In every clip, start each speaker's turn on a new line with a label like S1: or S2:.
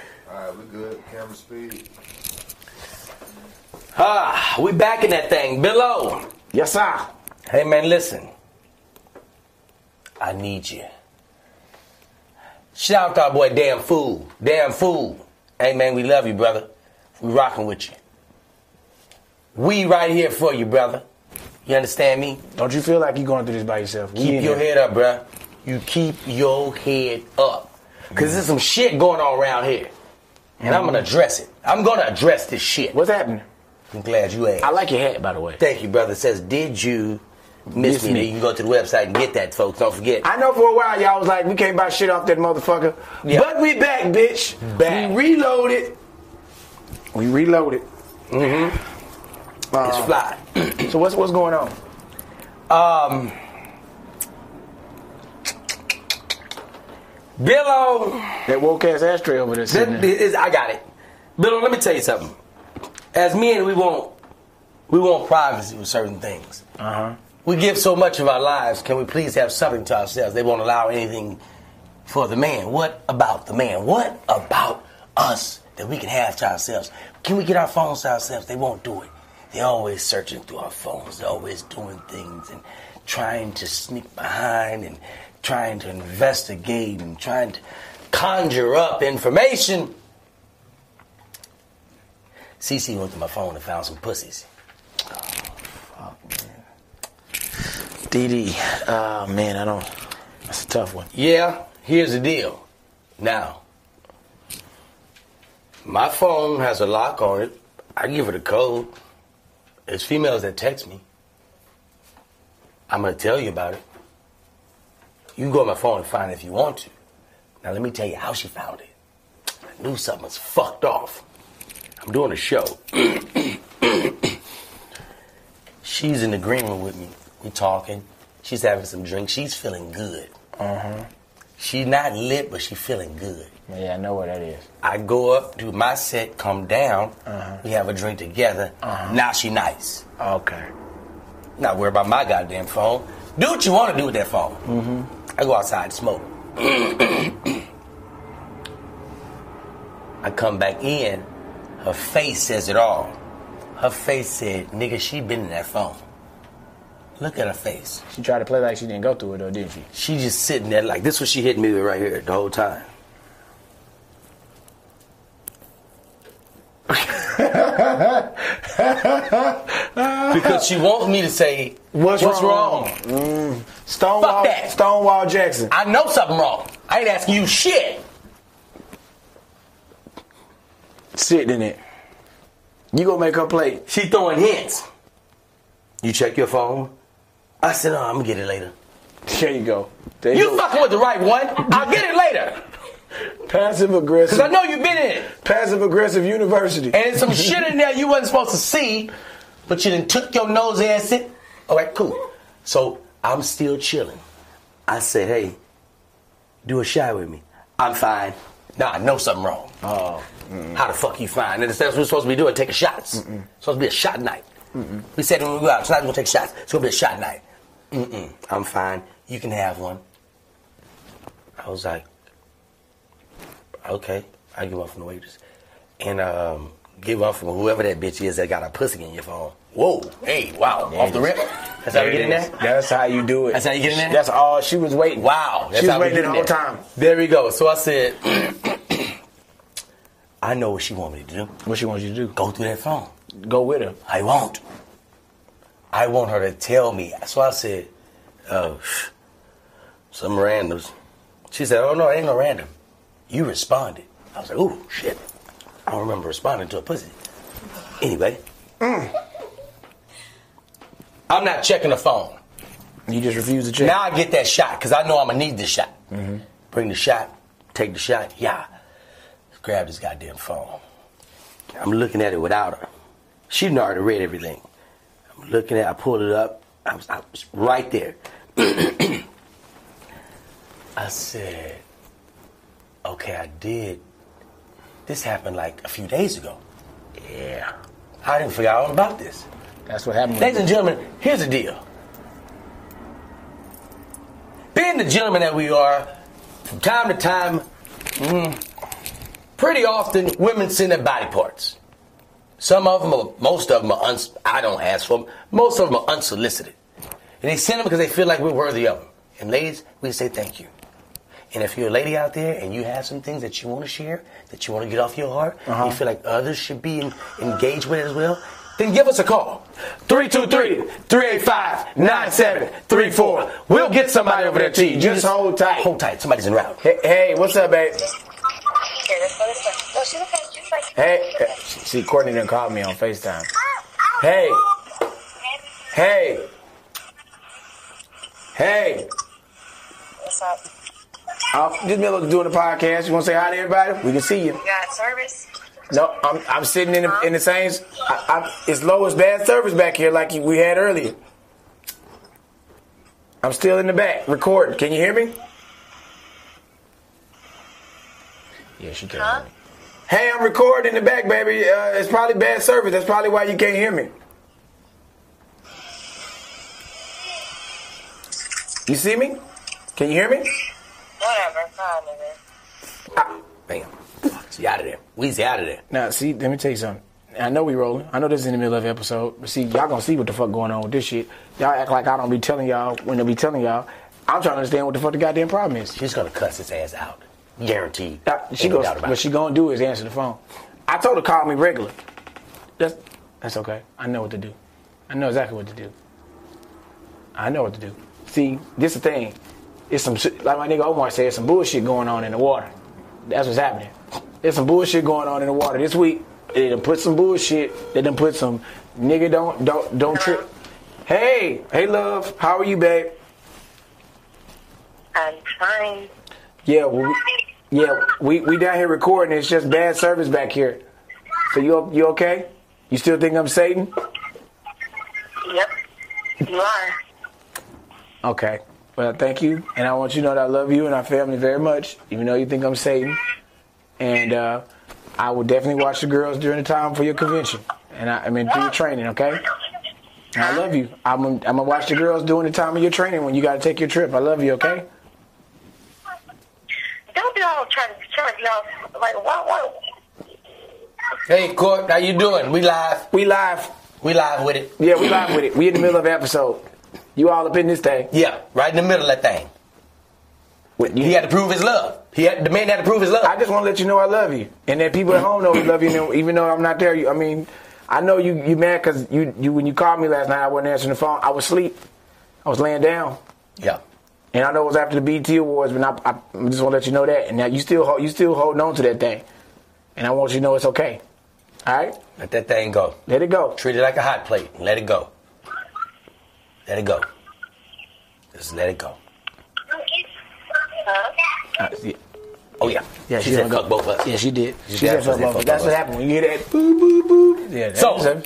S1: All right, we good. Camera speed.
S2: Ah, we back in that thing. Below.
S3: Yes, sir.
S2: Hey, man, listen. I need you. Shout out to our boy Damn Fool. Damn Fool. Hey, man, we love you, brother. We rocking with you. We right here for you, brother. You understand me?
S3: Don't you feel like you're going through this by yourself? We in
S2: Keep your
S3: here.
S2: head up, bruh. You keep your head up. Because there's some shit going on around here. And I'm going to address it. I'm going to address this shit.
S3: What's happening?
S2: I'm glad you asked.
S3: I like your hat, by the way.
S2: Thank you, brother. It says, did you miss
S3: Miss
S2: me?
S3: me.
S2: You can go to the website and get that, folks. Don't forget.
S3: I know for a while y'all was like, we can't buy shit off that motherfucker.
S2: Yeah.
S3: But we back, bitch.
S2: Back.
S3: Hmm. We reloaded. We reloaded.
S2: it's
S3: Mm-hmm.
S2: fly.
S3: so what's what's going on?
S2: Billo,
S3: That woke ass ashtray over there.
S2: that
S3: sitting there.
S2: is- I got it. Billo, let me tell you something. As men, we want we want privacy with certain things.
S3: Uh-huh.
S2: We give so much of our lives. Can we please have something to ourselves? They won't allow anything for the man. What about the man? What about us that we can have to ourselves? Can we get our phones to ourselves? They won't do it. They're always searching through our phones. They're always doing things and trying to sneak behind and trying to investigate and trying to conjure up information. CC went to my phone and found some pussies.
S3: DD. Oh man, I don't that's a tough one.
S2: Yeah, here's the deal. Now, my phone has a lock on it. I give her the code. It's females that text me. I'm gonna tell you about it. You go on my phone and find it if you want to. Now let me tell you how she found it. I knew something was fucked off. I'm doing a show. She's in the green room with me. We talking. She's having some drinks. She's feeling good. She not lit, but she feeling good.
S3: Mm-hmm. Yeah, I know where that is. Uh-huh.
S2: I go up, do my set, come down. We have a drink together. Now she nice.
S3: Okay.
S2: Not worry about my goddamn phone. Do what you want to do with that phone. I go outside and smoke. I come back in. Her face says it all. Her face said, "Nigga, she been in that phone." Look at her face.
S3: She tried to play like she didn't go through it though, didn't she?
S2: She just sitting there like this. What she hit me with right here the whole time. because she wants me to say what's, wrong?
S3: Stonewall
S2: Fuck that.
S3: Stonewall Jackson.
S2: I know something wrong. I ain't asking you shit.
S3: Sitting in it. You gonna make her play.
S2: She throwing hints. You check your phone. I said, "Oh, I'm gonna get it later."
S3: There you go. There
S2: You
S3: go.
S2: fucking with the right one. I'll get it later. Cause
S3: passive
S2: I
S3: aggressive
S2: know you've been in it.
S3: passive aggressive university.
S2: And there's some shit in there you wasn't supposed to see, but you done took your nose ass it. All right, cool. So I'm still chilling. I said, hey, do a shot with me. I'm fine. Nah, I know something wrong. Oh. How the fuck you fine? And that's what we're supposed to be doing, taking shots. supposed to be a shot night. We said when we go out, tonight we're gonna take shots. It's gonna be a shot night. Mm-mm, I'm fine. You can have one. I was like, okay, I give up from the waitress. And um, give up from whoever that bitch is that got a pussy in your phone. Whoa, hey, wow, off the rip. That's how you get in
S3: There it
S2: there?
S3: is. That's how you do it.
S2: That's how you get in there?
S3: That's all she was waiting.
S2: Wow.
S3: She was
S2: how we
S3: waiting
S2: do
S3: the whole
S2: that.
S3: time.
S2: There we go. So I said, I know what she want me to do.
S3: What she wants you to do?
S2: Go through that phone.
S3: Go with her.
S2: I won't. I want her to tell me. So I said, oh, phew, some randoms. She said, oh, no, it ain't no random. You responded. I was like, ooh, shit. I don't remember responding to a pussy. Anyway. I'm not checking the phone.
S3: You just refuse to check.
S2: Now I get that shot because I know I'm gonna need this shot. Bring the shot, take the shot. Yeah, grab this goddamn phone. I'm looking at it without her. She done already read everything. I'm looking at. I pulled it up. I was, I was right there. I said, "Okay, I did." This happened like a few days ago. Yeah, I didn't forget all about this.
S3: That's what happened.
S2: Ladies and gentlemen, here's the deal. Being the gentleman that we are, from time to time, mm, pretty often women send their body parts. Some of them, are, most of them are, uns- I don't ask for them, most of them are unsolicited. And they send them because they feel like we're worthy of them. And ladies, we say thank you. And if you're a lady out there and you have some things that you want to share, that you want to get off your heart, and you feel like others should be en- engaged with as well, then give us a call. 323-385-9734. We'll get somebody over there to you. You
S3: Just hold tight.
S2: Hold tight. Somebody's in route.
S3: Hey, hey, what's up, babe?
S4: Here, let's go this way. No, she's okay. She's okay.
S3: Hey, eh, see, Courtney done called me on FaceTime. Hey. Hey, hey,
S4: What's up?
S3: um, this Miller doing the podcast. You want to say hi to everybody? We can see you.
S4: You got service?
S3: No, I'm I'm sitting in the, in the same. I, I, it's low as bad service back here, like we had earlier. I'm still in the back recording. Can you hear me?
S5: Yeah, she can't
S4: Huh?
S5: hear me.
S3: Hey, I'm recording in the back, baby. Uh, it's probably bad service. That's probably why you can't hear me. You see me? Can you hear me?
S4: Whatever. Fine, nigga.
S2: Bam. She out of there. Weezy out of there.
S3: Now, see, let me tell you something. I know we rolling. I know this is in the middle of the episode, but see, y'all gonna see what the fuck going on with this shit. Y'all act like I don't be telling y'all when they be telling y'all. I'm trying to understand what the fuck the goddamn problem is.
S2: She's gonna cuss his ass out. Guaranteed.
S3: Uh, She
S2: Ain't no
S3: goes,
S2: doubt about
S3: what
S2: it.
S3: she gonna do is answer the phone. I told her call me regular. That's that's okay. I know what to do. I know exactly what to do. I know what to do. See, this the thing. It's some shit- like my nigga Omar said, some bullshit going on in the water. That's what's happening. There's some bullshit going on in the water this week. They done put some bullshit. They done put some nigga don't don't don't trip. Hey, hey love, how are you, babe?
S4: I'm fine.
S3: Yeah, well, we, yeah, we we down here recording. It's just bad service back here. So you you okay? You still think I'm Satan?
S4: Yep. You are.
S3: Okay. Well, thank you, and I want you to know that I love you and our family very much, even though you think I'm Satan. And uh, I will definitely watch the girls during the time for your convention, and I, I mean through your training. Okay. And I love you. I'm gonna- I'm gonna watch the girls during the time of your training when you gotta take your trip. I love you. Okay.
S4: Don't be all trying to try to be all like, what, what?
S2: Hey, Court, how you doing? We live.
S3: We live.
S2: We live with it.
S3: Yeah, we live with it. We in the middle of the episode. You all up in this thing.
S2: Yeah, right in the middle of that thing.
S3: What, you-
S2: He had to prove his love. He had the man had to prove his love.
S3: I just want to let you know I love you, and that people at home know we love you. And even though I'm not there, you, I mean, I know you you mad because you you when you called me last night, I wasn't answering the phone. I was asleep. I was laying down,
S2: yeah.
S3: and I know it was after the BT Awards, but I, I just want to let you know that. And now you still hold, you still holding on to that thing, and I want you to know it's okay. All right,
S2: Let that thing go.
S3: let it go.
S2: Treat it like a hot plate. and Let it go. Let it go. Just let it go.
S4: Huh?
S3: Uh, yeah.
S2: Oh yeah.
S3: Yeah,
S2: She,
S3: she
S2: said
S3: let it
S2: fuck
S3: go.
S2: both of us.
S3: Yeah, she did.
S2: She
S3: She said
S2: definitely
S3: fuck both.
S2: fucked
S3: That's
S2: both.
S3: what happened when you hear that boop boop boop. Yeah. that-
S2: So-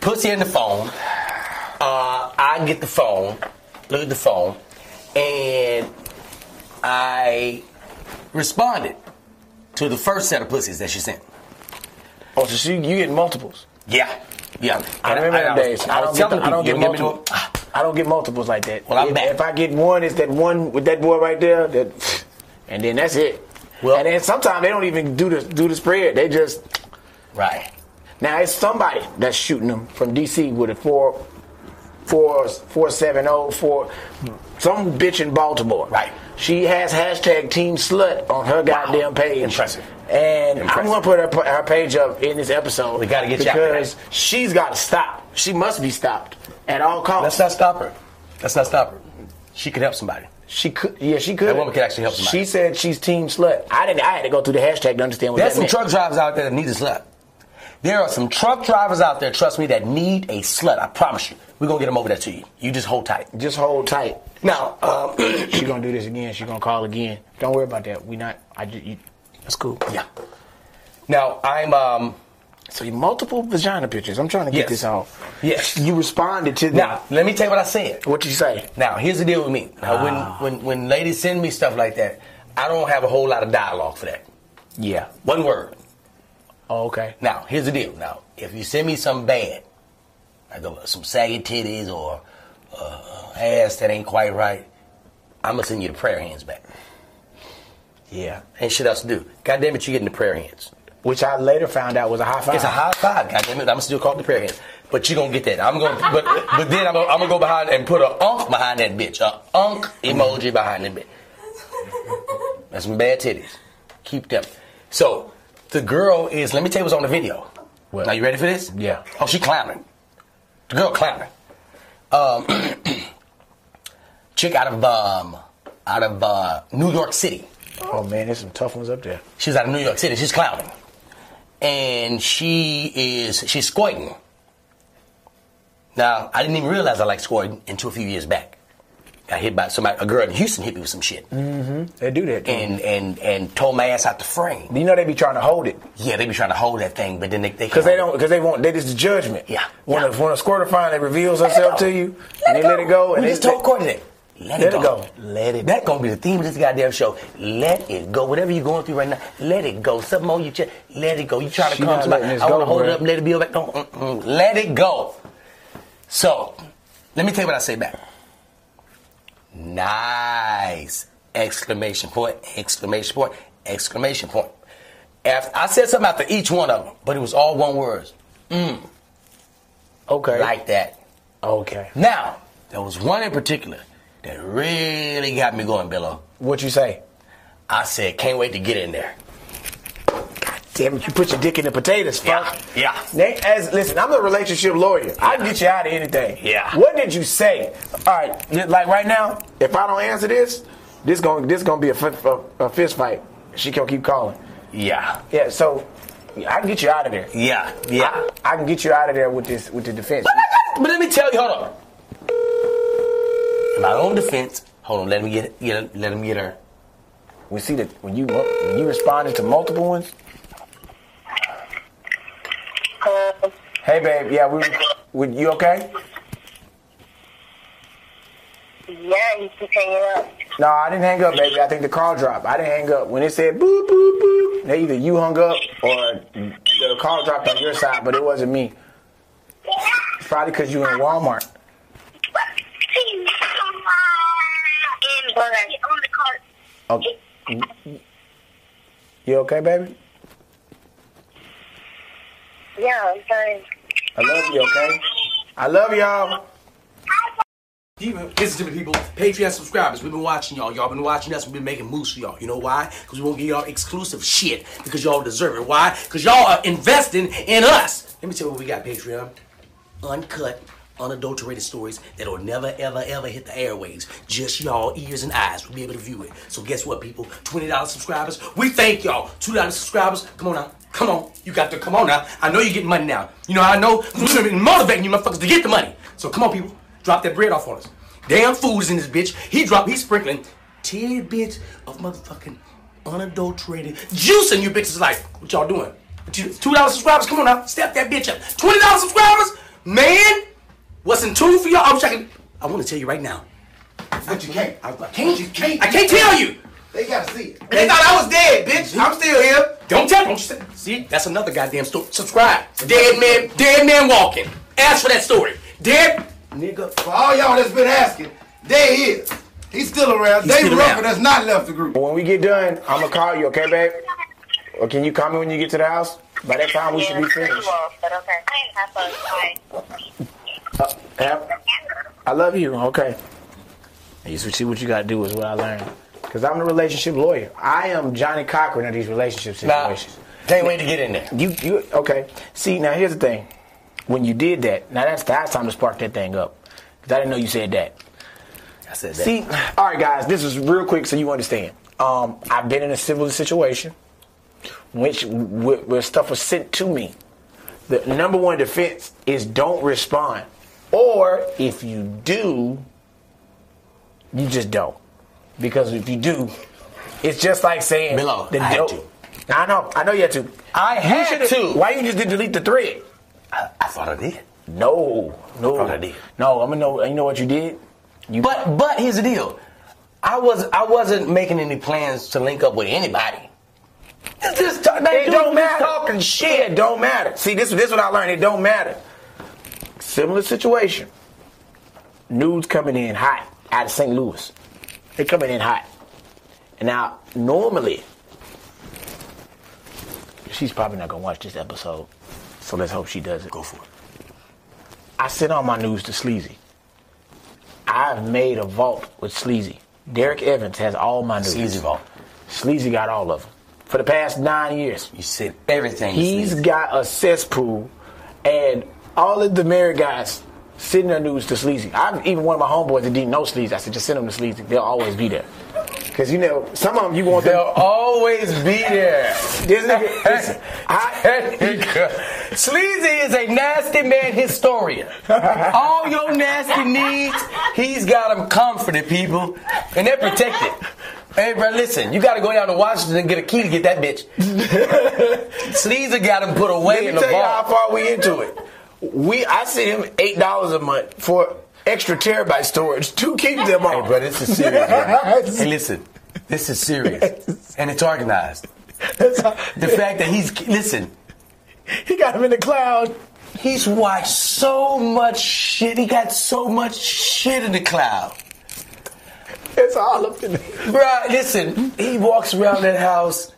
S2: Pussy in the phone. Uh, I get the phone. Look at the phone, and I responded to the first set of pussies that she sent.
S3: oh, so she, you get multiples.
S2: Yeah. Yeah.
S3: I remember
S2: I,
S3: that
S2: was-
S3: days.
S2: I, was telling
S3: I don't
S2: people,
S3: get
S2: you give me Ah,
S3: multiple- I don't get multiples like that.
S2: Well, I'm
S3: if,
S2: back.
S3: if I get one, it's that one with that boy right there. That, and then that's it.
S2: Well-
S3: and then sometimes they don't even do the do the spread. They just
S2: the- Right.
S3: now it's somebody that's shooting them from DC with a four four four seven oh four some bitch in Baltimore.
S2: Right.
S3: She has hashtag Team Slut on her goddamn page.
S2: Impressive.
S3: And
S2: Impressive.
S3: I'm gonna put her, her page up in this episode.
S2: We gotta get you out there.
S3: because she's got to stop. She must be stopped at all
S2: Let's
S3: costs.
S2: not stop her. Let's not stop her. She could help somebody.
S3: She could, yeah, she could.
S2: That woman could actually help somebody.
S3: She said she's team slut. I didn't. I had to go through the hashtag to understand what
S2: There's
S3: that
S2: some
S3: meant.
S2: truck drivers out there that need a slut. There are some truck drivers out there, trust me, that need a slut. I promise you. We're going to get them over there to you. You just hold tight.
S3: Just hold tight.
S2: Now, um,
S3: She gonna do this again. She gonna call again. Don't worry about that. We not. I ju- you, that's cool.
S2: yeah. Now, I'm, um,
S3: So you multiple vagina pictures. I'm trying to get
S2: Yes.
S3: this on.
S2: Yes.
S3: You responded to them.
S2: now, let me tell you what I said.
S3: What did you say?
S2: Now, here's the deal with me. Now, when, when, when ladies send me stuff like that, I don't have a whole lot of dialogue for that.
S3: Yeah.
S2: One word.
S3: Oh, okay.
S2: Now, here's the deal. Now, if you send me something bad, like uh, some saggy titties or uh, ass that ain't quite right, I'm gonna send you the prayer hands back.
S3: Yeah.
S2: Ain't shit else to do. God damn it, you getting the prayer hands.
S3: Which I later found out was a high five.
S2: It's a high five. God damn it, I'm still caught the prayer hands. But you gonna get that. I'm gonna, but, but then I'm gonna, I'm gonna go behind and put a unk behind that bitch. A unk emoji behind that bitch. That's some bad titties. Keep them. So the girl is. Let me tell you what's on the video.
S3: What?
S2: Now you ready for this?
S3: Yeah.
S2: Oh, she climbing. The girl climbing. Um, chick out of um, out of uh, New York City.
S3: Oh man, there's some tough ones up there.
S2: She's out of New York City. She's clowning, and she is she's squirting. Now I didn't even realize I like squirting until a few years back. Got hit by somebody. A girl in Houston hit me with some shit,
S3: Mm. They do that. Too.
S2: and and and tore my ass out the frame.
S3: you know they be trying to hold it
S2: Yeah, they be trying to hold that thing, but then they they
S3: because they don't because they want that is the judgment.
S2: Yeah.
S3: When a, when a squirter finally reveals herself to you,
S2: Let
S3: and
S2: it
S3: they let it go, and
S2: We
S3: they
S2: just told Courtney that.
S3: Let it go.
S2: Let it. That's gonna be the theme of this goddamn show. Let it go. Whatever you're going through right now, let it go. Something on your chest, let it go. You trying
S3: She
S2: to come
S3: not
S2: to my?
S3: letting this
S2: I want
S3: go,
S2: to hold it
S3: bruh.
S2: up, let it be over. No, mm-mm. let it go. So, let me tell you what I say back. Nice! Exclamation point! Exclamation point! Exclamation point! After I said something after each one of them, but it was all one words
S3: okay,
S2: like that.
S3: okay.
S2: Now, there was one in particular that really got me going, Billow.
S3: What you say?
S2: I said, can't wait to get in there.
S3: Damn it, you put your dick in the potatoes, fuck.
S2: Yeah, yeah.
S3: They, as listen, I'm a relationship lawyer. I can get you out of anything.
S2: Yeah.
S3: What did you say? All right, th- like right now, if I don't answer this, this going this gonna be a, fi- a, a fist fight. She gonna keep calling.
S2: Yeah,
S3: Yeah. So I can get you out of there.
S2: yeah, yeah.
S3: I can get you out of there with this with the defense.
S2: But, I got- but let me tell you, hold on. In my own defense, hold on, let me get, get let him get her.
S3: We see that when you when you responded to multiple ones.
S4: Um,
S3: Hey, babe. Yeah, we. we you okay?
S4: yeah, you keep hanging up.
S3: No, I didn't hang up, baby. I think the call dropped. I didn't hang up. When it said boop, boop, boop, they either you hung up or the call dropped on your side, but it wasn't me. It's probably because you were in Walmart.
S4: And but on the cart.
S3: Oh, you okay, baby?
S4: Yeah, I'm sorry.
S3: I love you, okay? I love y'all.
S2: Listen to the people, Patreon subscribers. We've been watching y'all. Y'all been watching us. We've been making moves for y'all. You know why? Because we won't give y'all exclusive shit because y'all deserve it. Why? Because y'all are investing in us. Let me tell you what we got, Patreon. Uncut, unadulterated stories that'll never, ever, ever hit the airwaves. Just y'all ears and eyes will be able to view it. So guess what, people? Twenty dollars subscribers. We thank y'all. Two dollars subscribers. Come on now. Come on, you got to come on now. I know you're getting money now. You know, I know we've been motivating you motherfuckers to get the money. So come on, people, drop that bread off on us. Damn fools in this bitch. He drop, he's sprinkling tidbits of motherfucking unadulterated juice in you bitches like, what y'all doing? Two two dollar subscribers, come on now, step that bitch up. Twenty dollar subscribers, man. What's in tune for y'all? I wish I could. I want to tell you right now.
S1: But you can't.
S2: I can't. I can't tell you.
S1: They gotta see it.
S2: They thought I was dead, bitch. I'm still here. Don't tell them. See, that's another goddamn story. Subscribe. Dead man, dead man walking. Ask for that story. Dead nigga.
S1: For all y'all that's been asking, there he is. He's still around.
S2: He's
S1: Dave
S2: still
S1: Rucker
S2: around.
S1: that's not left the group.
S3: When we get done, I'm going to call you, okay, babe? Or can you call me when you get to the house? By that time, we should be finished.
S4: But okay. Have fun. Bye.
S3: Yep. I love you. Okay. You see see what you gotta do is what I learned. Cause I'm the relationship lawyer. I am Johnny Cochran of these relationship
S2: Nah,
S3: situations.
S2: can't wait to get in there.
S3: You you okay. See now here's the thing. When you did that, now that's that's time to spark that thing up. Cause I didn't know you said that.
S2: I said that.
S3: See, all right, guys, this is real quick so you understand. Um, I've been in a civil situation, which where, where stuff was sent to me. The number one defense is don't respond, or if you do, you just don't, because if you do, it's just like saying
S2: Milo, I had to.
S3: I know, I know you had to.
S2: I
S3: You
S2: had
S3: should've-
S2: to.
S3: Why you just didn't delete the thread?
S2: I, I thought I did.
S3: No, no,
S2: Thought I did.
S3: no. I'm gonna know. You know what you did? You
S2: But but here's the deal. I was I wasn't making any plans to link up with anybody. It's just ta- they
S3: It don't matter.
S2: talking shit.
S3: It don't matter. See, this this what I learned. It don't matter. Similar situation. Nudes coming in hot out of St. Louis. They coming in hot. And now normally.
S2: She's probably not gonna watch this episode, so let's hope she does it.
S6: Go for it.
S2: I sent all my news to Sleazy. I've made a vault with Sleazy. Derek Evans has all my news.
S6: Sleazy vault.
S2: Sleazy got all of them for the past nine years.
S6: You said everything. to
S2: He's
S6: Sleazy.
S2: got a cesspool, and all of the married guys sending their news to Sleazy. I'm even one of my homeboys that didn't know Sleazy. I said, just send them to Sleazy. They'll always be there. Cause you know, some of them you want
S6: They'll
S2: them.
S6: always be there.
S2: This nigga, listen, I,
S6: Sleazy is a nasty man historian. All your nasty needs, he's got them comforted, people, and they're protected. Hey, bro, listen, you got to go down to Washington and get a key to get that bitch. Sleazy got him put away
S3: Let
S6: in
S3: me
S6: the
S3: tell you how
S6: vault.
S3: far we into it. We I sent him eight dollars a month for extra terabyte storage to keep them
S6: Hey,
S3: all.
S6: bro, this is serious, bro. Hey, listen, this is serious, and it's organized. The fact that he's listen,
S3: he got him in the cloud.
S6: He's watched so much shit. He got so much shit in the cloud.
S3: It's all up in there.
S6: Bruh, listen, he walks around that house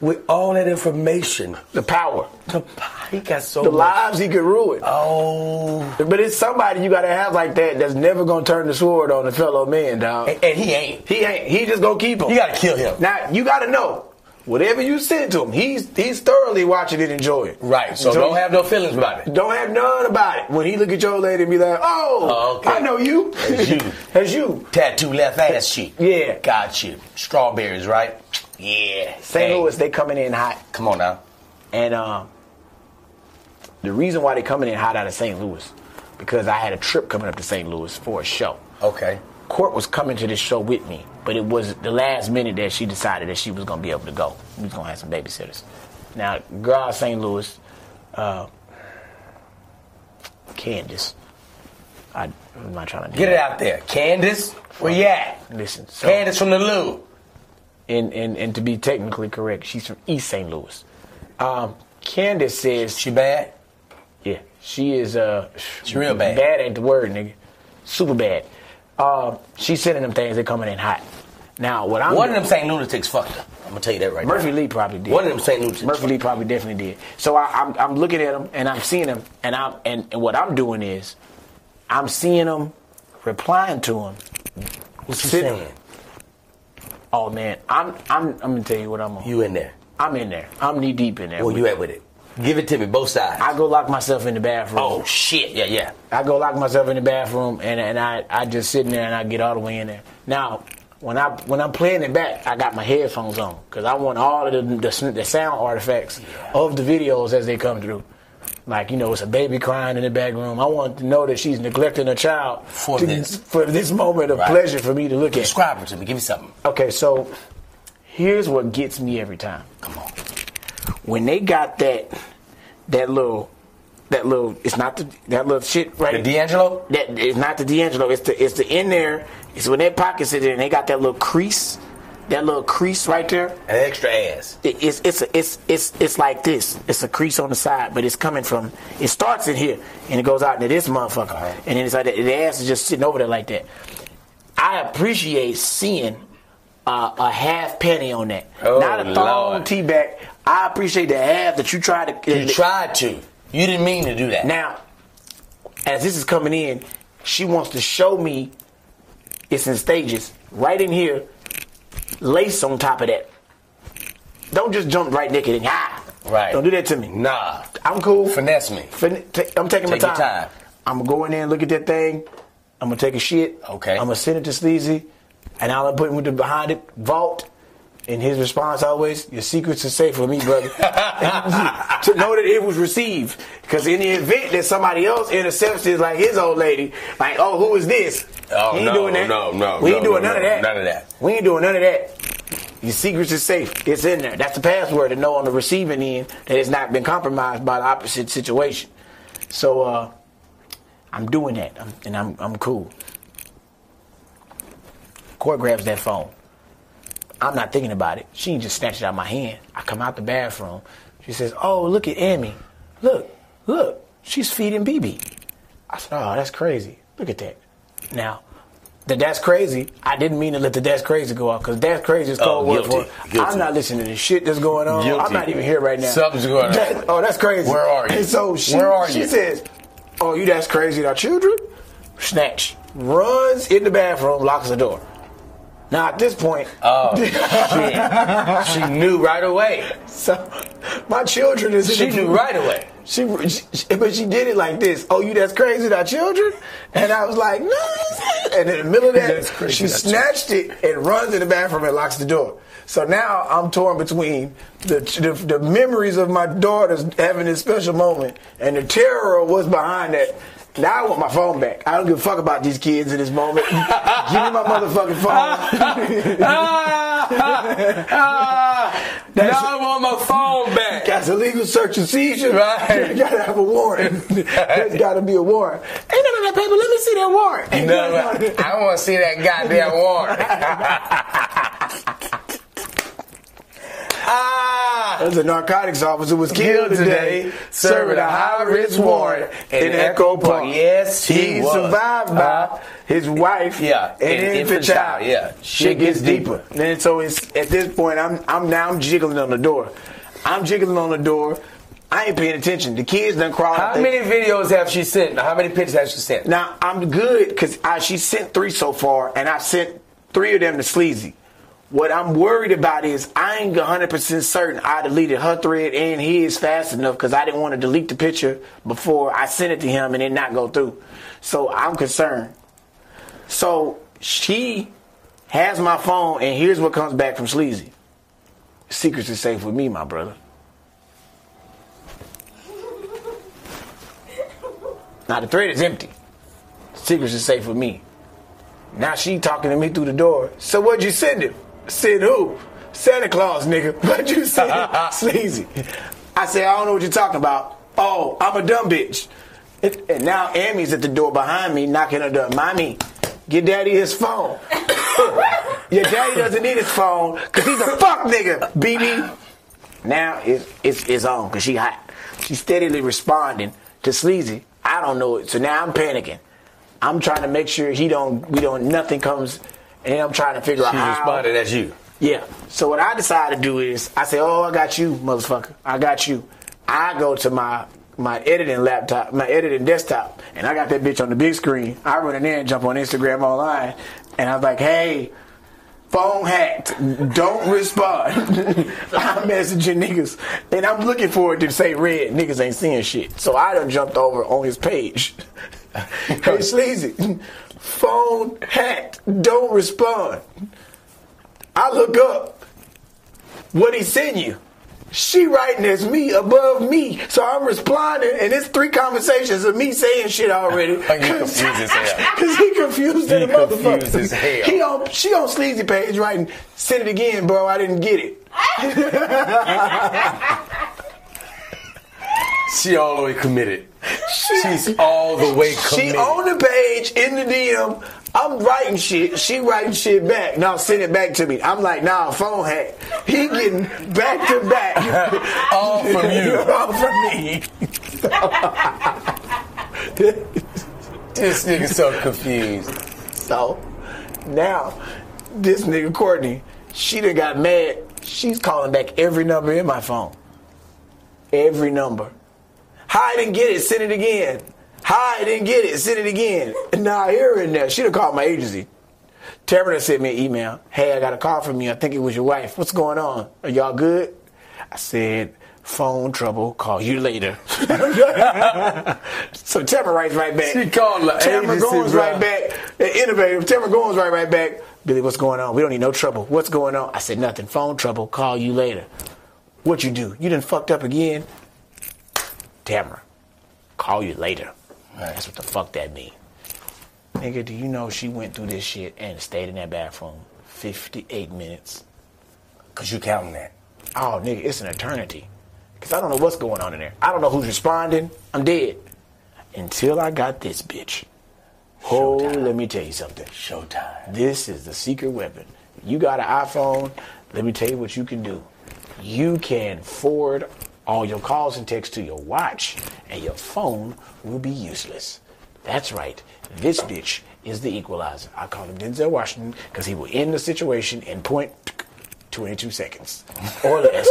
S6: with all that information.
S3: The power,
S6: The p- He got so
S3: the
S6: much. Uh.
S3: lives he could ruin.
S6: Oh.
S3: But it's somebody you gotta have like that that's never gonna turn the sword on a fellow man, dog.
S6: And, and he ain't.
S3: He ain't. He just gonna keep him.
S6: You gotta kill him.
S3: Now you got to know whatever you send to him, he's he's thoroughly watching it, enjoying.
S6: Right, so don't have no feelings about it.
S3: don't have none about it. When he look at your lady and be like,
S6: Oh,
S3: "Oh,
S6: okay.
S3: I know you,
S6: That's you.
S3: that's you."
S6: Tattoo left ass cheek.
S3: Yeah.
S6: Got you. Strawberries, right? Yeah.
S3: St.
S6: Hey,
S3: Louis, they coming in hot,
S6: Come on now.
S3: and um, the reason why they coming in hot out of St. Louis because I had a trip coming up to St. Louis for a show.
S6: Okay.
S3: Court was coming to this show with me, but it was the last minute that she decided that she was gonna be able to go. We was gonna have some babysitters. Now, girl out of St. Louis, uh, Candace. I, I'm not trying to do
S6: Get it
S3: that.
S6: out there. Candace, where you at?
S3: Listen, so,
S6: Candace from the Lou.
S3: and, and and to be technically correct, she's from East St. Louis. Um, Candace says,
S6: She bad?
S3: yeah, she is uh,
S6: She real bad.
S3: Bad ain't the word, nigga. Super bad. Uh, she's sending them things. They coming in hot. Now, what I'm
S6: One of them St. Lunatics fucked her. I'm gonna tell you that right now.
S3: Murphy Lee probably did.
S6: One of them St. Lucians.
S3: Murphy Lee probably definitely did. So I, I'm, I'm looking at him and I'm seeing him and I'm and, and what I'm doing is I'm seeing him replying to him.
S6: What you
S3: Sit-
S6: saying?
S3: Oh man, I'm I'm I'm gonna tell you what I'm on.
S6: You in there?
S3: I'm in there. I'm knee deep in there.
S6: Where you at with it? Give it to me, both sides.
S3: I go lock myself in the bathroom.
S6: oh shit! Yeah, yeah.
S3: I go lock myself in the bathroom and and I I just sit in there and I get all the way in there. Now when I when I'm playing it back, I got my headphones on because I want all of the, the sn- the sound artifacts of the videos as they come through. Like you know, it's a baby crying in the back room. I want to know that she's neglecting a child
S6: For
S3: to-
S6: this.
S3: for this moment of
S6: Right.
S3: pleasure for me to look at.
S6: Describe it to me. Give me something.
S3: Okay, so here's what gets me every time.
S6: Come on.
S3: When they got that that little that little it's not the that little shit right
S6: The D'Angelo.
S3: that it's not the D'Angelo. It's the it's the in there. It's when their pockets in there and they got that little crease, that little crease right there.
S6: An extra ass.
S3: It- It's it's a, it's it's it's like this. It's a crease on the side, but it's coming from. It starts in here and it goes out into this motherfucker,
S6: Alright.
S3: and then it's like that. The ass is just sitting over there like that. I appreciate seeing uh, a half penny on that,
S6: Oh,
S3: not a thong
S6: Lord.
S3: tee back. I appreciate the half that you tried to.
S6: You tried to. You didn't mean to do that.
S3: Now, as this is coming in, she wants to show me it's in stages. Right in here, lace on top of that. Don't just jump right naked and ah.
S6: Right.
S3: Don't do that to me.
S6: nah.
S3: I'm cool.
S6: Finesse me.
S3: Fin- ta- I'm taking
S6: Take
S3: my
S6: your
S3: time.
S6: time.
S3: I'm gonna go in there and look at that thing. I'm gonna take a shit.
S6: Okay.
S3: I'm gonna send it to Sleazy, and I'll put him with the behind it vault. And his response always, "Your secrets are safe with me, brother." And to know that it was received, because in the event that somebody else intercepts it, like his old lady, like, "Oh, who is this?"
S6: Oh,
S3: He ain't
S6: no,
S3: doing that.
S6: no, no,
S3: We ain't
S6: no,
S3: doing
S6: no,
S3: none of
S6: no,
S3: that.
S6: none of that.
S3: We ain't doing none of that. Your secrets is safe. It's in there. That's the password to know on the receiving end that it's not been compromised by the opposite situation. So uh, I'm doing that, I'm, and I'm I'm cool. Court grabs that phone. I'm not thinking about it. She just snatched it out of my hand. I come out the bathroom. She says, "Oh, look at Emmy. Look, look. She's feeding BB." I said, "Oh, that's crazy. Look at that." Now, The That's Crazy, I didn't mean to let the That's Crazy go off because That's Crazy is code
S6: Oh,
S3: word
S6: guilty.
S3: for
S6: Guilty.
S3: I'm not listening to the shit that's going on. I'm
S7: Guilty.
S3: not even here right now.
S7: Something's going on.
S3: That- oh, that's crazy.
S7: Where are you?
S3: And so she,
S7: Where are
S3: she
S7: you?
S3: says, Oh, you That's Crazy our children? Snatch. Runs in the bathroom, locks the door. Now at this point,
S7: Oh, shit. She knew right away.
S3: so my children is in
S7: She
S3: the-
S7: knew right away.
S3: She, she, but she did it like this. Oh, you that's crazy with our children? And I was like, no. And in the middle of
S7: That's
S3: that,
S7: crazy
S3: she
S7: with our
S3: snatched it and runs in the bathroom and locks the door. So now I'm torn between the, the the memories of my daughters having this special moment and the terror was behind that. Now I want my phone back. I don't give a fuck about these kids in this moment. Give me my motherfucking phone.
S7: ah, ah, ah.
S3: That's-
S7: now I want my phone back.
S3: That's a legal search and seizure.
S7: Right.
S3: You gotta have a warrant. There's gotta be a warrant. Ain't none of that paper. Let me see that warrant.
S7: You know what? I want to see that goddamn warrant. ah,
S3: There's a narcotics officer was
S7: killed today, serving a high risk warrant in Echo Park. Yes, he
S3: he
S7: was.
S3: survived
S7: Uh-huh.
S3: by his wife
S7: Yeah,
S3: and, infant, child.
S7: yeah.
S3: Shit gets deeper. And so it's at this point I'm I'm now I'm jiggling on the door. I'm jiggling on the door. I ain't paying attention. The kids done crawled out
S7: How
S3: they-
S7: many videos have she sent? How many pictures have she sent?
S3: Now I'm good because she sent three so far, and I sent three of them to Sleazy. What I'm worried about is I ain't 100% certain I deleted her thread and his fast enough because I didn't want to delete the picture before I sent it to him and it not go through. So I'm concerned. So she has my phone, and here's what comes back from Sleazy. Secrets is safe with me, my brother. Now the thread is empty. Secrets is safe with me. Now she talking to me through the door. So what'd you send him? Send who? Santa Claus, nigga. What'd you send him? Sleazy. I say, I don't know what you're talking about. Oh, I'm a dumb bitch. It- and now Amy's at the door behind me, knocking her door. Mommy, get daddy his phone. Your daddy doesn't need his phone, cause he's a fuck nigga, BB. Now it's it's it's on because she hot. She's steadily responding to sleazy. I don't know it, so now I'm panicking. I'm trying to make sure he don't we don't nothing comes, and I'm trying to figure out
S6: She
S3: how.
S6: responded as you.
S3: Yeah. So what I decide to do is I say, "Oh, I got you, motherfucker. I got you." I go to my my editing laptop, my editing desktop, and I got that bitch on the big screen. I run in there and jump on Instagram online, and I was like, "Hey, phone hacked. Don't respond." I'm messaging niggas, and I'm looking for it to say red. Niggas ain't seeing shit, so I done jumped over on his page. hey, sleazy, phone hacked. Don't respond. I look up what he sent you. She writing as me above me, so I'm responding, and it's three conversations of me saying shit already.
S7: Are you confused as hell?
S3: Cause he confused
S7: You
S3: the
S7: confused as
S3: motherfucker.
S7: hell.
S3: He on she on sleazy page writing, send it again, bro. I didn't get it.
S6: She all the way committed. She's all the way committed.
S3: She on the page in the DM. I'm writing shit. She writing shit back. Now send it back to me. I'm like, nah, phone hack. He getting back to back.
S6: all from you.
S3: All from me.
S7: This nigga so confused.
S3: So now this nigga Courtney, she done got mad. She's calling back every number in my phone. Every number. Hi, I didn't get it. Send it again. Hi, I didn't get it. Send it again. Nah, here and there. She done called my agency. Tamara sent me an email. Hey, I got a call from you. I think it was your wife. What's going on? Are y'all good? I said, phone trouble. Call you later. so Tamara writes right back.
S6: She called the
S3: Tamara
S6: agency,
S3: Goins
S6: bruh.
S3: right back. The innovative. Tamara Goins right right back. Billy, what's going on? We don't need no trouble. What's going on? I said nothing. Phone trouble. Call you later. What you do? You done fucked up again. Tamara, call you later. That's what the fuck that mean. Nigga, do you know she went through this shit and stayed in that bathroom 58 minutes?
S6: Cause you counting that.
S3: Oh, nigga, it's an eternity. Because I don't know what's going on in there. I don't know who's responding. I'm dead. Until I got this bitch. Oh, let me tell you something.
S6: Showtime.
S3: This is the secret weapon. You got an iPhone. Let me tell you what you can do. You can forward all your calls and texts to your watch, and your phone will be useless. That's right. This bitch is the equalizer. I call him Denzel Washington because he will end the situation in point 22 seconds or less.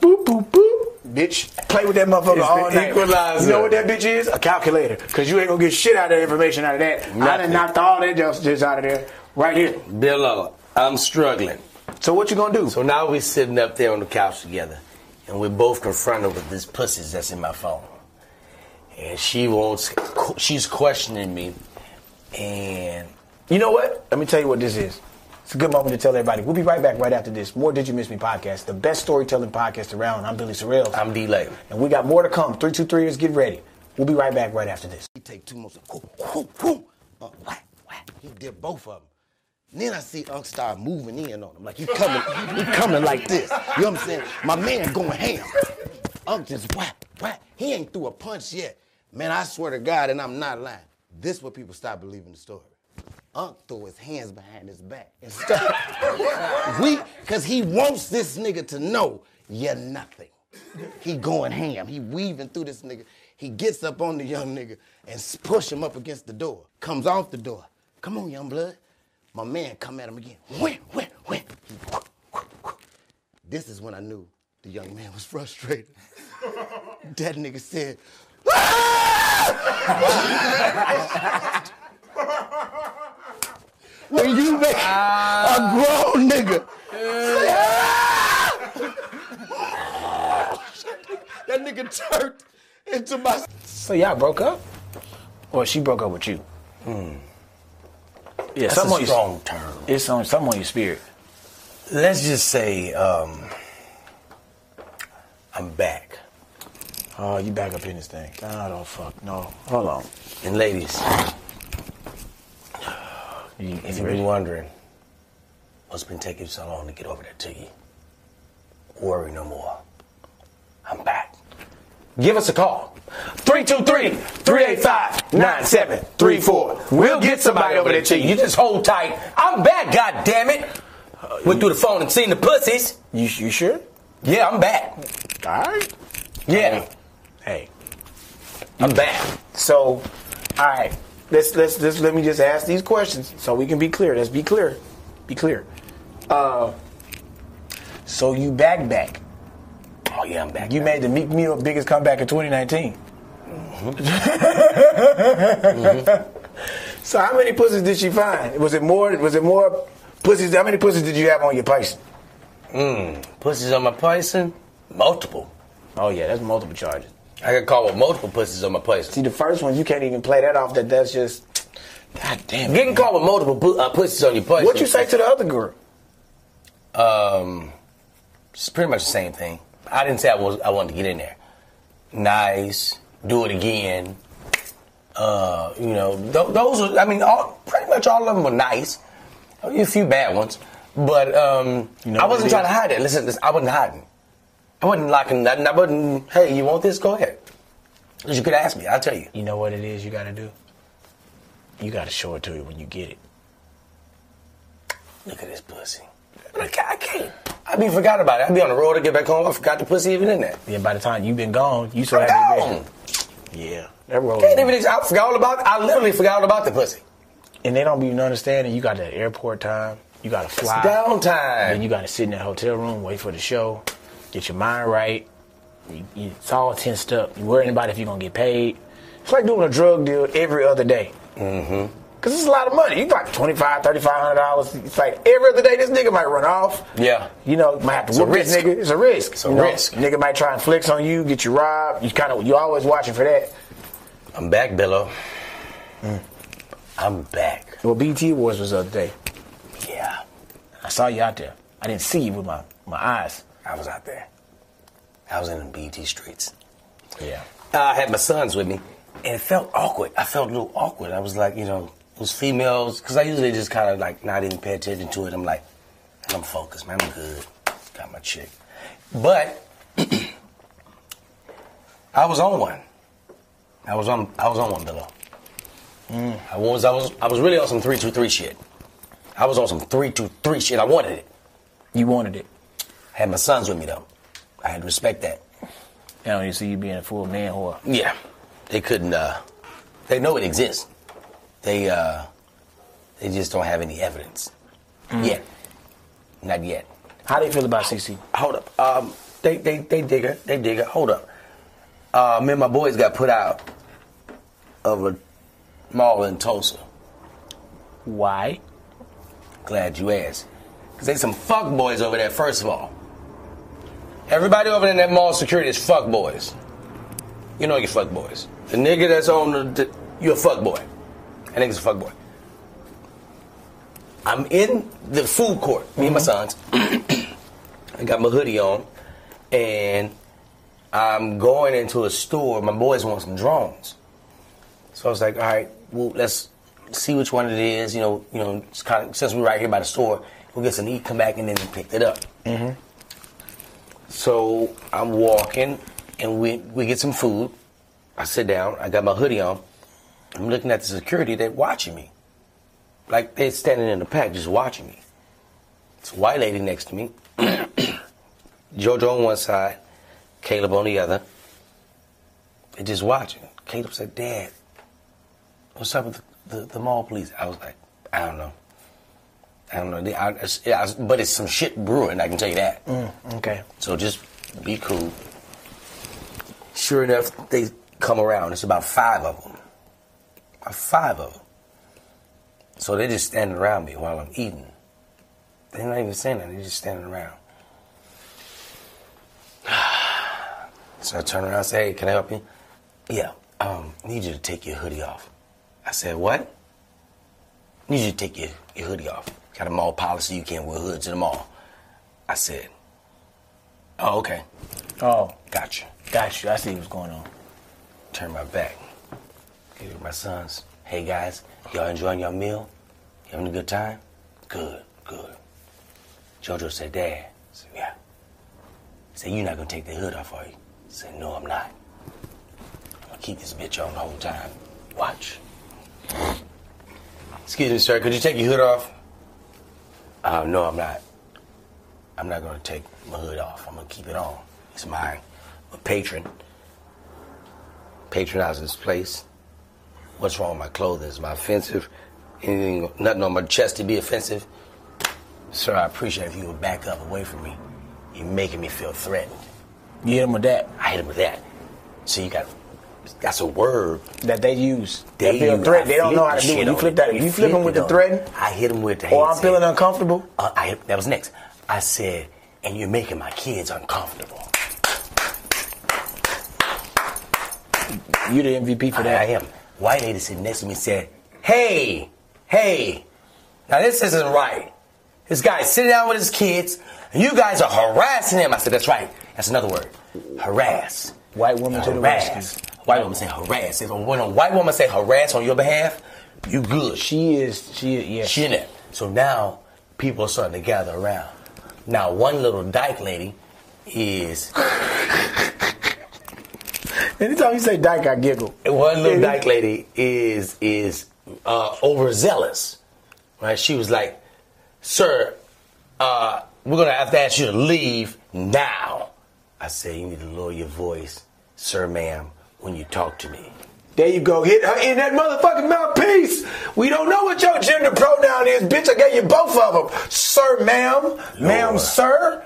S3: boop, boop, boop. Bitch, play with that motherfucker
S2: It's
S3: all
S2: the
S3: night.
S2: equalizer.
S3: You know what that bitch is? A calculator. Because you ain't going to get shit out of that information out of that. I done
S6: Nothing.
S3: knocked all that justice out of there right here.
S6: Dear Lord, uh, I'm struggling.
S3: So what you going to do?
S6: So now we're sitting up there on the couch together, and we're both confronted with this pussies that's in my phone. And she wants, she's questioning me, and
S3: You know what? Let me tell you what this is. It's a good moment to tell everybody. We'll be right back right after this. More Did You Miss Me podcast, the best storytelling podcast around. I'm Billy Sorrell.
S6: I'm delayed.
S3: and we got more to come. 323 is get ready. We'll be right back right after this.
S8: He take two months. Whoo, whoo, whoo. Uh, whack, whack. He did both of them. Then I see Unc start moving in on him. Like he coming, he coming like this. You know what I'm saying? My man going ham. Unc just whack, whack. He ain't threw a punch yet. Man, I swear to God, and I'm not lying. This what people stop believing the story. Unc threw his hands behind his back and stuff. we, cause he wants this nigga to know you're nothing. He going ham. He weaving through this nigga. He gets up on the young nigga and s- push him up against the door. Comes off the door. Come on, young blood. My man come at him again. Wham, wham, wham. He whoop, whoop, whoop. This is when I knew the young man was frustrated. that nigga said, "Ah!" when you make a grown nigga. say, "Ah!" that nigga turned into my.
S3: So y'all broke up? Or she broke up with you? Yeah,
S6: That's
S3: Hmm. some on
S6: a
S3: your-
S6: strong term.
S3: It's on some on your spirit.
S6: Let's just say um, I'm back.
S3: Oh, you back up in this thing. I don't fuck. No. Hold on.
S6: And ladies,
S3: You, you
S6: if you've
S3: ready?
S6: been wondering what's been taking so long to get over there to you, worry no more. I'm back.
S3: Give us a call. 323-385-9734. We'll get somebody over there to you.
S6: You just hold tight. I'm back, God damn it. Went through the phone and seen the pussies.
S3: You, you sure?
S6: Yeah, I'm back.
S3: All right.
S6: Yeah,
S3: Hey.
S6: I'm back.
S3: So, all right. Let's let's just let me just ask these questions so we can be clear. Let's be clear. Be clear. Uh so you back back.
S6: Oh yeah, I'm back.
S3: You made the Meek Mill biggest comeback in 2019. Mm-hmm. so how many pussies did she find? Was it more was it more pussies? How many pussies did you have on your person?
S6: mm. pussies on my person? Multiple.
S3: Oh yeah, that's multiple charges.
S6: I got caught with multiple pussies on my person.
S3: See the first one you can't even play that off that that's just God damn it.
S6: Getting caught with multiple pu- uh, pussies on your person.
S3: What you say to the other girl?
S6: Um, it's pretty much the same thing. I didn't say I was. I wanted to get in there. Nice. Do it again. Uh, you know, th- those are. I mean, all, pretty much all of them were nice. Only A few bad ones, but um,
S3: You know
S6: I
S3: what
S6: wasn't
S3: it
S6: trying to
S3: is?
S6: hide it. Listen, listen, I wasn't hiding. I wasn't locking nothing. I wasn't. Hey, you want this? Go ahead. 'Cause You could ask me. I'll tell you.
S3: You know what it is you gotta do? You gotta show it to her when you get it.
S6: Look at this pussy. I can't. I, can't. I be forgot about it. I be on the road to get back home. I forgot the pussy even in there.
S3: Then by the time you've been gone, you so
S6: I'm
S3: happy. you
S6: gone.
S3: back. Yeah. That road.
S6: Can't even. I forgot all about. I literally forgot all about the pussy.
S3: And they don't be understanding you got that airport time, you gotta fly. Then
S6: Downtime.
S3: you gotta sit in that hotel room, wait for the show, get your mind right. You, you, it's all tensed up. You worrying about if you're gonna get paid. It's like doing a drug deal every other day. Mm-hmm. Cause it's a lot of money. You got 25 $3,500. dollars. It's like every other day this nigga might run off.
S6: Yeah.
S3: You know, might have to
S6: a
S3: whoop this
S6: risk.
S3: nigga. It's a risk. It's
S6: a risk.
S3: Nigga might try and flex on you, get you robbed. You kind of you always watching for that.
S6: I'm back, Billo. I'm back.
S3: Well, BT Awards was the other day.
S6: Yeah.
S3: I saw you out there. I didn't see you with my my eyes.
S6: I was out there. I was in the BT streets.
S3: Yeah.
S6: I had my sons with me, and it felt awkward. I felt a little awkward. I was like, you know, those females, because I usually just kind of like not even pay attention to it. I'm like, I'm focused, man. I'm good. Got my chick. But I was on one. I was on. I was on one below. Mm. I was. I was. I was really on some three two three shit. I was on some three two three shit. I wanted it.
S3: You wanted it.
S6: I had my sons with me though. I had to respect that.
S3: I don't even see you being a full man whore.
S6: Yeah, they couldn't. uh They know it exists. They uh, they just don't have any evidence yet. Not yet.
S3: How do you feel about CC?
S6: Hold up. Um, they they they dig it. They dig it. Hold up. Uh, me and my boys got put out of a mall in Tulsa.
S3: Why?
S6: Glad you asked. Cause they some fuck boys over there. First of all, everybody over in that mall security is fuck boys. You know you fuck boys. The nigga that's on the, the you a fuck boy. That nigga's a fuck boy. I'm in the food court. Me and my sons. I got my hoodie on, and I'm going into a store. My boys want some drones, so I was like, "All right, well, let's see which one it is." You know, you know, it's kind of, since we're right here by the store, we'll get some to eat, come back, and then we picked it up. So I'm walking, and we we get some food. I sit down. I got my hoodie on. I'm looking at the security. They're watching me, like they're standing in the pack, just watching me. It's a white lady next to me. JoJo on one side, Caleb on the other. They just watching. Caleb said, Dad, what's up with the, the, the mall police? I was like, I don't know. I don't know. They- I- it's- I was- but it's some shit brewing, I can tell you that.
S3: Okay.
S6: So just be cool. Sure enough, they come around. It's about five of them. About five of them. So they just standing around me while I'm eating. They're not even saying nothing. They're just standing around. So I turn around and say, hey, can I help you? Yeah, um, need you to take your hoodie off. I said, what? Need you to take your, your hoodie off. Got a mall policy, you can't wear hoods in the mall. I said, oh, okay,
S3: Oh,
S6: gotcha.
S3: got you. I see what's going on.
S6: Turn my back. Give it to my sons. Hey guys, y'all enjoying your meal? You having a good time? Good, good. Jojo said, Dad. I said, yeah. He said, you're not gonna take the hood off, are you? I said, no, I'm not. I'm gonna keep this bitch on the whole time. Watch. Excuse me, sir, could you take your hood off? Uh, no, I'm not. I'm not gonna take my hood off. I'm gonna keep it on. It's mine. I'm a patron patronizing this place. What's wrong with my clothing? Is my offensive? Anything, nothing on my chest to be offensive? Sir, I appreciate if you would back up away from me. You're making me feel threatened.
S3: You hit them with that
S6: I hit him with that. So you got, that's a word.
S3: that they use.
S6: They,
S3: feel
S6: you-
S3: threat.
S6: I
S3: They don't
S6: flip
S3: know how
S6: the
S3: to do
S6: shit
S3: it. You
S6: on
S3: flip
S6: them.
S3: that.
S6: You
S3: You flip them
S6: it
S3: with the
S6: on
S3: threat,
S6: them. I hit him with the
S3: or
S6: hate
S3: I'm feeling
S6: saying.
S3: uncomfortable.
S6: Uh, I, that was next. I said, and you're making my kids uncomfortable.
S3: You the MVP for
S6: I
S3: that.
S6: am. White lady sitting next to me said, Hey, hey, now this isn't right. This guy's sitting down with his kids, and you guys are harassing him. I said, That's right. That's another word. Harass.
S3: White woman to the
S6: Harass.
S3: rescue.
S6: White woman say harass. If a, when a white woman say harass on your behalf, you good. She
S3: She is. She is. Yeah.
S6: she in it. So now people are starting to gather around. Now one little dyke lady is
S3: Anytime you say dyke, I giggle.
S6: one little dyke lady is is uh, overzealous, right? She was like, "Sir, uh, we're gonna have to ask you to leave now." I said, "You need to lower your voice, sir, ma'am, when you talk to me."
S2: There you go. Hit her in that motherfucking mouthpiece. We don't know what your gender pronoun is, bitch. I gave you both of them. Sir, ma'am. Ma'am,
S6: Lord.
S2: sir.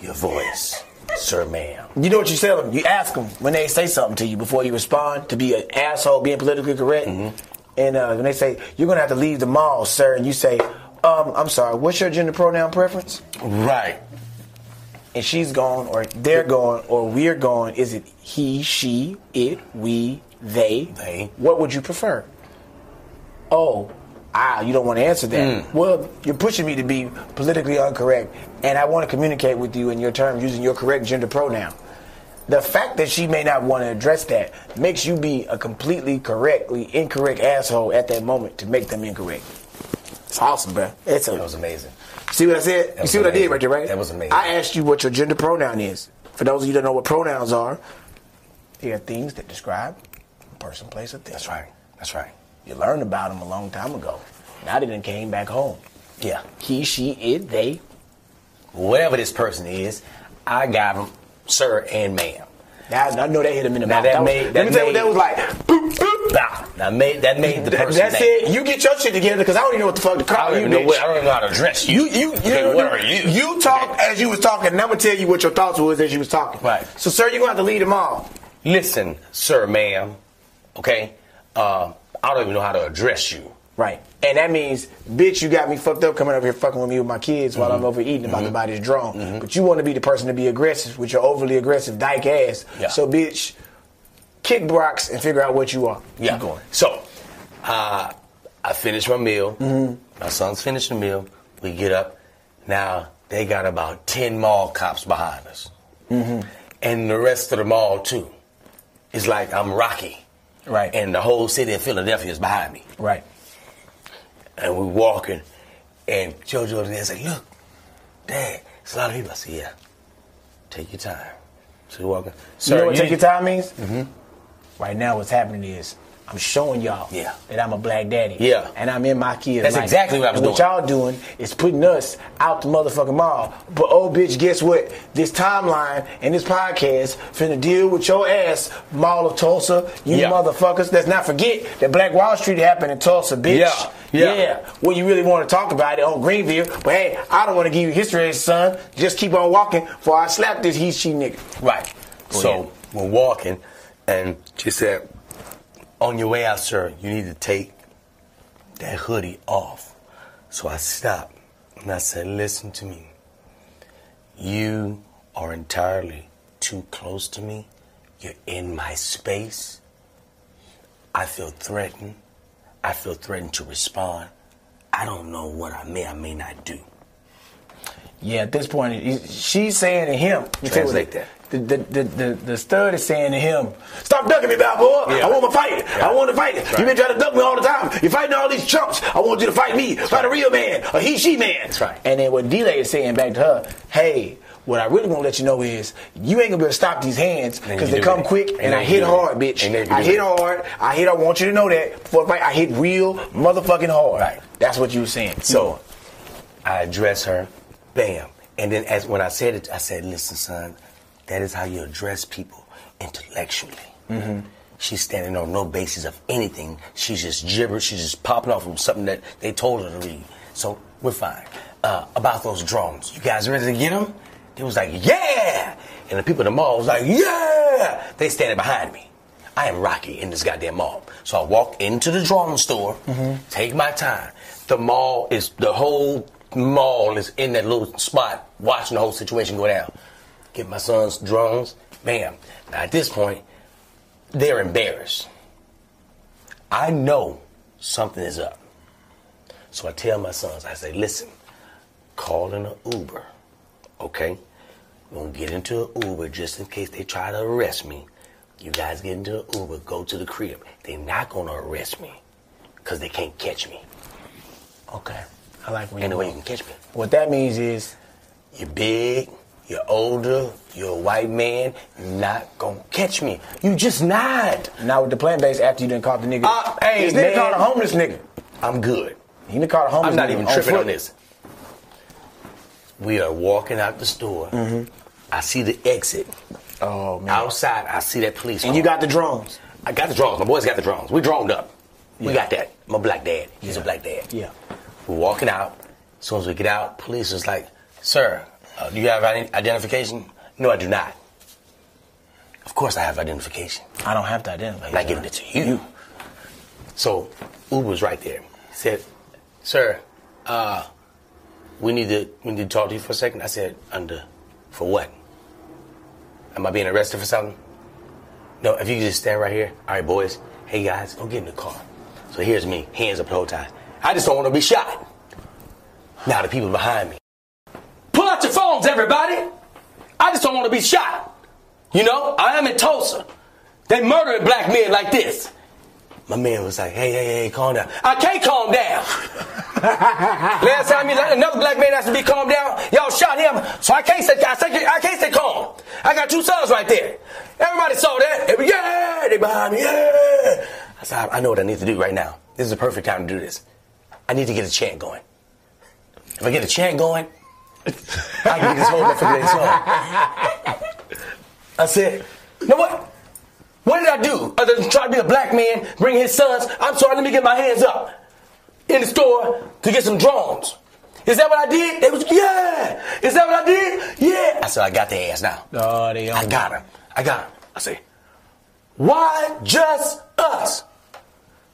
S6: Your voice, sir, ma'am.
S3: You know what you tell them. You ask them when they say something to you before you respond to be an asshole, being politically correct.
S6: Mm-hmm.
S3: And uh, when they say you're gonna have to leave the mall, sir, and you say, um, "I'm sorry, what's your gender pronoun preference?"
S6: Right.
S3: and she's gone, or they're gone, or we're gone, is it he, she, it, we, they?
S6: They.
S3: What would you prefer? Oh, ah, you don't want to answer that. Well, you're pushing me to be politically incorrect, and I want to communicate with you in your terms using your correct gender pronoun. The fact that she may not want to address that makes you be a completely correctly incorrect asshole at that moment to make them incorrect. It's awesome, bro. It's a
S6: That was amazing.
S3: See what I said? you
S6: was
S3: see what I did
S6: amazing.
S3: right there, right?
S6: That was amazing.
S3: I asked you what your gender pronoun is. For those of you that know what pronouns are, they are things that describe a person, place, or thing.
S6: That's right. That's right.
S3: You learned about them a long time ago. Now they done came back home.
S6: Yeah.
S3: He, she, it, they.
S6: Whatever this person is, I got him, sir and ma'am.
S3: Now I know that hit them in the
S6: Now
S3: mouth.
S6: that
S3: was-
S6: made- that
S3: let me tell you what
S6: made-
S3: that was like. Boop, boop,
S6: Bow. That made that made the person.
S3: That's
S6: that-
S3: it. You get your shit together because I don't even know what the fuck to
S6: I
S3: call
S6: don't
S3: you.
S6: even know
S3: bitch.
S6: what, I don't even know how to address you.
S3: You you you,
S6: Okay, what are you?
S3: you talk as you was talking, and I'm gonna tell you what your thoughts was as you was talking.
S6: Right.
S3: So, sir, you're gonna have to lead them all.
S6: Listen, sir, ma'am. Okay, uh, I don't even know how to address you.
S3: Right. And that means, bitch, you got me fucked up coming over here fucking with me with my kids while
S6: Mm-hmm.
S3: I'm over eating about to buy this drone. But you want to be the person to be aggressive with your overly aggressive dyke ass.
S6: Yeah.
S3: So, bitch, kick rocks and figure out what you are.
S6: Yeah.
S3: Keep going.
S6: So, uh, I finished my meal.
S3: Mm-hmm.
S6: My son's finished the meal. We get up. Now they got about ten mall cops behind us,
S3: Mm-hmm.
S6: and the rest of the mall too. It's like I'm Rocky,
S3: Right.
S6: and the whole city of Philadelphia is behind me.
S3: right.
S6: and we walking, and JoJo and say, "Look, Dad, it's a lot of people." I said, "Yeah, take your time." So we walking.
S3: You
S6: Sir,
S3: know what
S6: you
S3: take your
S6: didn't-
S3: time means?
S9: Right now, what's happening is I'm showing y'all
S6: Mm-hmm. Yeah.
S9: that I'm a black daddy.
S6: Yeah.
S9: And I'm in my kids.
S6: That's
S9: life.
S6: exactly what I was
S9: And What
S6: doing.
S9: y'all doing is putting us out the motherfucking mall.
S3: But oh, bitch, guess what? This timeline and this podcast finna deal with your ass, Mall of Tulsa, you
S6: Yeah.
S3: motherfuckers. Let's not forget that Black Wall Street happened in Tulsa, bitch.
S6: Yeah, yeah.
S3: Well, you really want to talk about it on Greenville, but hey, I don't want to give you history, son. Just keep on walking, for I slap this he she nigga.
S6: Right. so we're walking, and she said, "On your way out, sir, you need to take that hoodie off." So I stopped, and I said, "Listen to me. You are entirely too close to me. You're in my space. I feel threatened. I feel threatened to respond. I don't know what I may or may not do."
S3: Yeah, at this point, he- she's saying to him. you feel
S6: Translate
S3: me?
S6: that.
S3: The, the, the, the, the stud is saying to him, Stop ducking me, Balboa. I want to fight. I want to fight. You've been trying to duck me all the time. You're fighting all these chumps. I want you to fight me. fight a real man, a he, she man. That's
S6: right.
S3: And then what D-Lay is saying back to her, Hey, what I really want to let you know is you ain't going to be able to stop these hands
S6: Ain't
S3: because
S6: you
S3: they
S6: do
S3: come
S6: that.
S3: quick
S6: Ain't
S3: and I
S6: nothing you
S3: hit
S6: do that.
S3: hard, bitch.
S6: Ain't nothing you
S3: I
S6: do
S3: hit
S6: that.
S3: hard. I hit. I want you to know that. Before I fight, I hit real motherfucking hard.
S6: Right.
S3: That's what you were saying.
S6: So I address her, bam. And then as when I said it, I said, listen, son, that is how you address people intellectually. She's standing on no basis of anything. She's just gibberish. She's just popping off from something that they told her to read. So we're fine. Uh, about those drones, you guys ready to get them? They was like, yeah! And the people in the mall was like, yeah! They standing behind me. I am Rocky in this goddamn mall. So I walk into the drone store, take my time. The mall is, the whole mall is in that little spot watching the whole situation go down. Get my son's drones, bam. Now at this point, they're embarrassed. I know something is up. So I tell my sons, I say, listen, call in an Uber, okay? We're gonna get into an Uber just in case they try to arrest me. You guys get into an Uber, go to the crib. They're not gonna arrest me because they can't catch me.
S3: Okay. I like when
S6: Ain't no
S3: you
S6: way you can catch me.
S3: What that means is
S6: You're big, you're older, you're a white man, you're not gonna catch me. You just not.
S3: Now with the plant based after you done caught the nigga.
S6: Uh, hey,
S3: this nigga
S6: man.
S3: caught a homeless nigga.
S6: I'm good.
S3: He done caught a homeless
S6: I'm not
S3: nigga
S6: even tripping
S3: foot.
S6: on this. We are walking out the store. I see the exit.
S3: Mm-hmm. Oh man.
S6: Outside, I see that police.
S3: And you
S6: car.
S3: got the drones.
S6: I got the drones. My boys got the drones. We droned up. We got that. My black dad. He's a black dad.
S3: Yeah.
S6: We're walking out. As soon as we get out, police is like, "Sir, uh, do you have ident- identification?" No, I do not. Of course, I have identification.
S3: I don't have to identify.
S6: I'm not giving it to you. So Uber's right there. He said, "Sir, uh, we need to we need to talk to you for a second. I said, "Under, for what? Am I being arrested for something? No. If you could just stand right here. All right, boys. Hey guys, go get in the car. So here's me, hands up, the whole time. I just don't want to be shot. Now the people behind me. Pull out your phones, everybody. I just don't want to be shot. You know, I am in Tulsa. They murdering black men like this. My man was like, hey, hey, hey, calm down. I can't calm down. Last time you let another black man asked to be calmed down, y'all shot him. So I can't stay, I, stay, I can't stay calm. I got two sons right there. Everybody saw that. They were, yeah, they behind me. Yeah. I said, I know what I need to do right now. This is the perfect time to do this. I need to get a chant going. If I get a chant going, I can get this whole motherfucking thing song. I said, you know what? What did I I do other than try to be a black man, bring his sons? I'm sorry, let me get my hands up in the store to get some drones. Is that what I did? They was, yeah. Is that what I did? Yeah. I said, I got their ass now.
S3: Oh, they
S6: I got him. I got him. I say, why just us?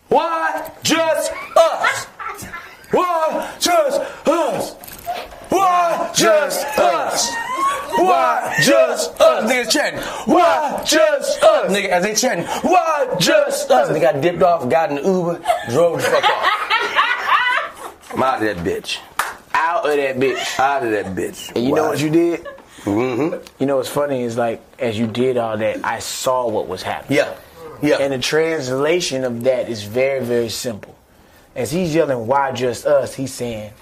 S6: Why just us? Why just us? Why just us? Why just us? Niggas chanting. Why just us? Nigga, as they chanting. Why just us? Nigga, I dipped off, got in the Uber, drove the fuck off. I'm out of that bitch.
S3: out of that bitch.
S6: Out of that bitch.
S3: And you know
S6: Why?
S3: what you did?
S6: Mm-hmm.
S3: You know what's funny is like as you did all that, I saw what was happening.
S6: Yeah. Yeah.
S3: And the translation of that is very, very simple. As he's yelling, why just us, he's saying,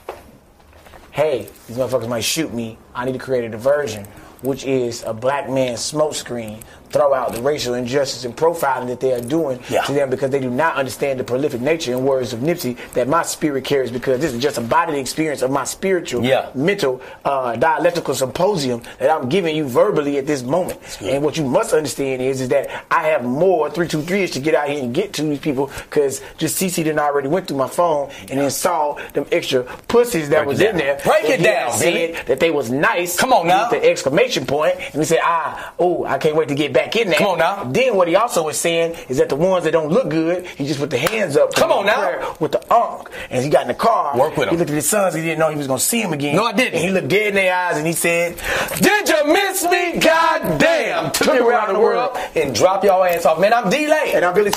S3: hey, these motherfuckers might shoot me. I need to create a diversion, which is a black man's smoke screen, throw out the racial injustice and profiling that they are doing
S6: Yeah.
S3: to them because they do not understand the prolific nature and words of Nipsey that my spirit carries because this is just a bodily experience of my spiritual,
S6: Yeah.
S3: mental, uh, dialectical symposium that I'm giving you verbally at this moment. And what you must understand is, is that I have more 323s to get out here and get to these people because just CC didn't already went through my phone and then saw them extra pussies that
S6: Break it
S3: was
S6: down.
S3: in there.
S6: Break it
S3: And then I
S6: down,
S3: Said
S6: Billy.
S3: that they was nice.
S6: Come on now.
S3: With the exclamation point, and he said, "Ah, oh, I can't wait to get back in there."
S6: Come on now.
S3: Then what he also was saying is that the ones that don't look good, he just put the hands up.
S6: Come on now.
S3: Prayer With the unk, and he got in the car.
S6: Work with
S3: He
S6: him.
S3: looked at his sons. He didn't know he was gonna see him again.
S6: No, I didn't.
S3: And he looked dead in their eyes, and he said,
S6: Did you miss me? Goddamn! Took me around the world and drop y'all ass off. Man, I'm delayed.
S3: "And I'm Billy."